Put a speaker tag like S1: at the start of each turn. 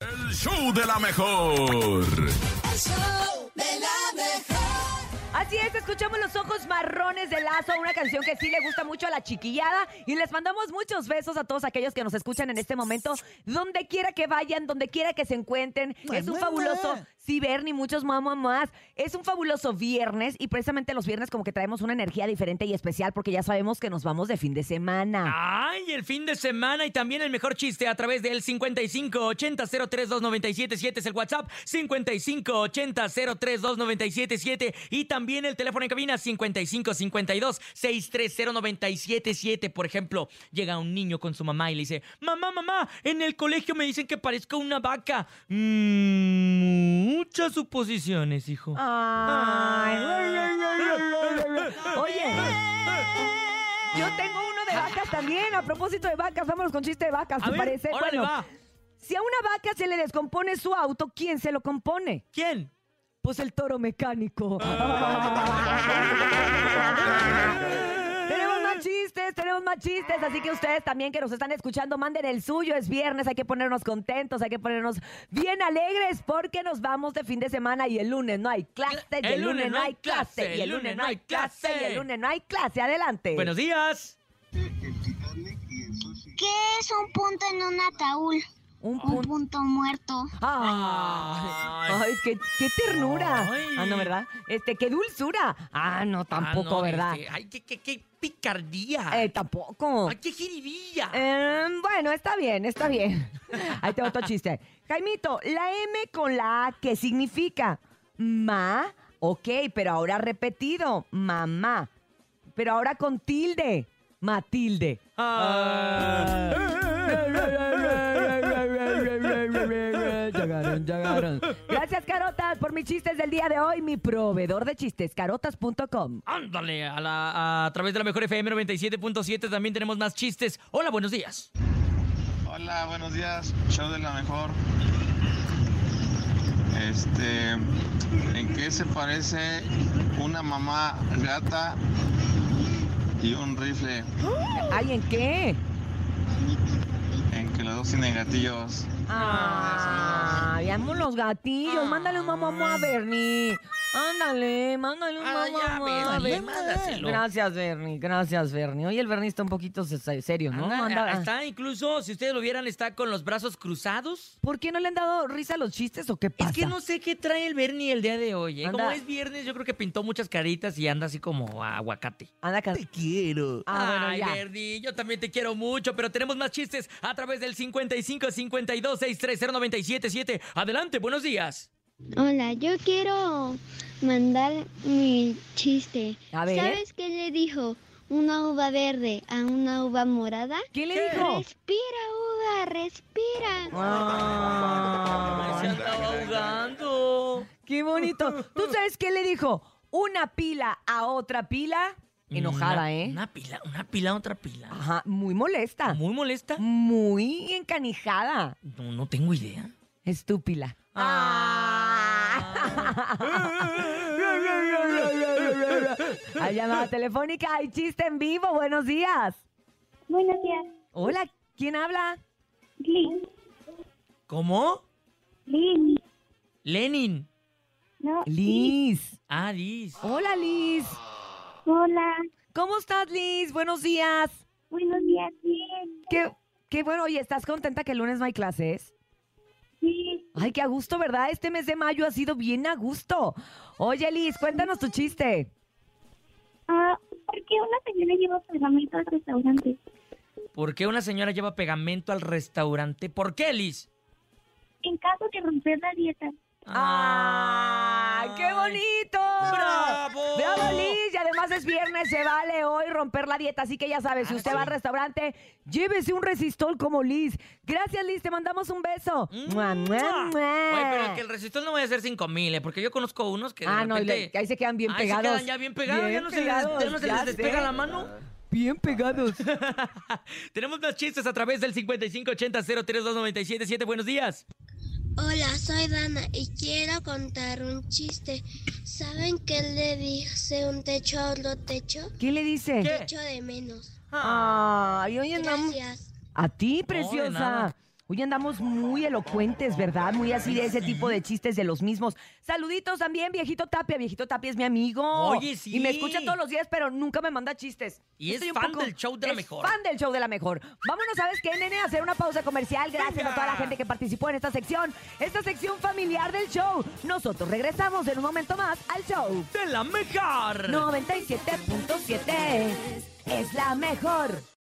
S1: El show de la mejor.
S2: El show de la mejor.
S3: Así es, escuchamos Los Ojos Marrones de Lazo, una canción que sí le gusta mucho a la chiquillada y les mandamos muchos besos a todos aquellos que nos escuchan en este momento, donde quiera que vayan, donde quiera que se encuentren. es un fabuloso ciber ni muchos mamá más. Es un fabuloso viernes y precisamente los viernes como que traemos una energía diferente y especial porque ya sabemos que nos vamos de fin de semana.
S4: ¡Ay, el fin de semana! Y también el mejor chiste a través del 5580-032977 es el WhatsApp, 5580-032977 y también el teléfono en cabina 5552-630977. Por ejemplo, llega un niño con su mamá y le dice, mamá, mamá, en el colegio me dicen que parezco una vaca. Mm, muchas suposiciones, hijo.
S3: Ah, Ay. Oye, yo tengo uno de vacas también. A propósito de vacas, vámonos con chiste de vacas,
S4: A
S3: ¿te
S4: ver,
S3: parece?
S4: órale,
S3: Bueno,
S4: va.
S3: si a una vaca se le descompone su auto, ¿quién se lo compone?
S4: ¿Quién?
S3: Pues el toro mecánico. Tenemos más chistes, tenemos más chistes, así que ustedes también que nos están escuchando, manden el suyo, es viernes, hay que ponernos contentos, hay que ponernos bien alegres porque nos vamos de fin de semana y el lunes no hay clase, y el, lunes, no hay clase, y el lunes no hay clase, y el lunes no hay clase, adelante.
S4: Buenos días.
S5: ¿Qué es un punto en un ataúd?
S3: un
S5: Un
S3: punto.
S5: punto muerto.
S3: Ay, ay, qué, qué ternura.
S4: Ay.
S3: Ah, no, ¿verdad? Este, qué dulzura. Ah, no, tampoco,
S4: Ah, no,
S3: ¿verdad?
S4: este, ay, qué, qué, qué picardía.
S3: Eh, tampoco.
S4: ay, qué jiribilla.
S3: Eh, bueno, está bien, está bien. Ahí te otro chiste. Jaimito, la M con la A, ¿qué significa? Ma, ok, pero ahora repetido, mamá. Pero ahora con tilde, Matilde.
S4: Ah.
S3: Llegaron, llegaron. Gracias, Carotas, por mis chistes del día de hoy. Mi proveedor de chistes, carotas.com.
S4: Ándale, a, la, a través de la mejor FM 97.7 también tenemos más chistes. Hola, buenos días.
S6: Hola, buenos días, show de la mejor. Este, ¿en qué se parece una mamá gata y un rifle?
S3: Ay, ¿en qué?
S6: En que los dos tienen gatillos.
S3: Ah, veamos los gatillos. Mándale un mamamo a Bernie. Ándale, mándale un
S4: Ah, ya,
S3: mamamo a
S4: Bernie,
S3: Bernie.
S4: mándaselo.
S3: Gracias, Bernie. Gracias, Bernie. Hoy el Bernie está un poquito se- serio, ¿no?
S4: Anda,
S3: Anda-
S4: a- está incluso, si ustedes lo vieran, está con los brazos cruzados.
S3: ¿Por qué no le han dado risa a los chistes o qué pasa?
S4: Es que no sé qué trae el Bernie el día de hoy. ¿eh?
S3: Anda.
S4: Como es viernes, yo creo que pintó muchas caritas y anda así como a aguacate.
S3: Anda ca-
S4: quiero.
S3: Ah, bueno,
S4: Ay,
S3: ya.
S4: Bernie, yo también te quiero mucho, pero tenemos más chistes a través del 55 52 630 977. Adelante, buenos días.
S7: Hola, yo quiero mandar mi chiste.
S3: A ver. ¿eh?
S7: ¿Sabes qué le dijo una uva verde a una uva morada?
S3: ¿Qué le dijo?
S7: Respira, uva, respira.
S4: Se
S3: Ah,
S4: andaba ahogando.
S3: qué bonito. ¿Tú sabes qué le dijo? Una pila a otra pila.
S4: Mm,
S3: Enojada,
S4: Una-
S3: ¿eh?
S4: Una pila, una pila, otra pila.
S3: Ajá, muy molesta.
S4: Muy molesta.
S3: Muy encanijada.
S4: No, no tengo idea.
S3: Estúpida. Ah. Hay llamada telefónica, hay chiste en vivo. Buenos días.
S8: Buenos días,
S3: Hola, ¿quién habla?
S8: Lin.
S4: ¿Cómo?
S8: Lin.
S4: Lenin.
S8: No.
S3: Liz.
S4: Ah, Liz.
S3: Hola, Liz.
S8: Hola.
S3: ¿Cómo estás, Liz? Buenos días.
S8: Buenos días, bien.
S3: Qué, qué bueno. Oye, ¿estás contenta que el lunes no hay clases?
S8: Sí.
S3: Ay, qué a gusto, ¿verdad? Este mes de mayo ha sido bien a gusto. Oye, Liz, cuéntanos tu chiste.
S8: Ah, ¿Por qué una señora lleva pegamento al restaurante?
S4: ¿Por qué una señora lleva pegamento al restaurante? ¿Por qué, Liz?
S8: En caso de romper la dieta.
S3: ¡Ah! ¡Qué bonito!
S4: ¡Bravo!
S3: ¡Bravo, Liz! Y además es viernes, se vale hoy romper la dieta. Así que ya sabes,
S4: Ah,
S3: si usted va al restaurante, llévese un resistol como Liz. Gracias, Liz, te mandamos un beso. Mua, mua, mua.
S4: Mm. Oye, pero que el resistol no vaya a ser 5 mil, ¿eh? porque yo conozco unos que. de
S3: Ah, no, y
S4: repente-
S3: le- ahí se quedan bien
S4: Ahí se
S3: pegados.
S4: quedan ya bien pegados, ya
S3: Bien
S4: no se les-
S3: pegados,
S4: ya no se les
S3: ya
S4: despega
S3: sé.
S4: la mano.
S3: Bien pegados.
S4: Tenemos más chistes a través del 5580-032977. Buenos días.
S7: Hola, soy Dana y quiero contar un chiste. ¿Saben qué le dice un techo a otro techo?
S3: ¿Qué le dice?
S4: ¿Qué?
S7: Techo de menos.
S3: Ay, oye, no.
S7: Gracias.
S3: A ti,
S4: de nada.
S3: preciosa. Hoy andamos muy elocuentes, ¿verdad? Muy así de ese tipo de chistes de los mismos. Saluditos también, viejito Tapia. Viejito Tapia es mi amigo.
S4: Oye, sí.
S3: Y me escucha todos los días, pero nunca me manda chistes.
S4: Y es fan del show de la
S3: es
S4: mejor.
S3: fan del show de la mejor. Vámonos, ¿sabes qué, nene? A hacer una pausa comercial. Gracias
S4: Venga.
S3: a toda la gente que participó en esta sección. Esta sección familiar del show. Nosotros regresamos en un momento más al show.
S4: ¡De la mejor!
S3: 97.7 es la mejor.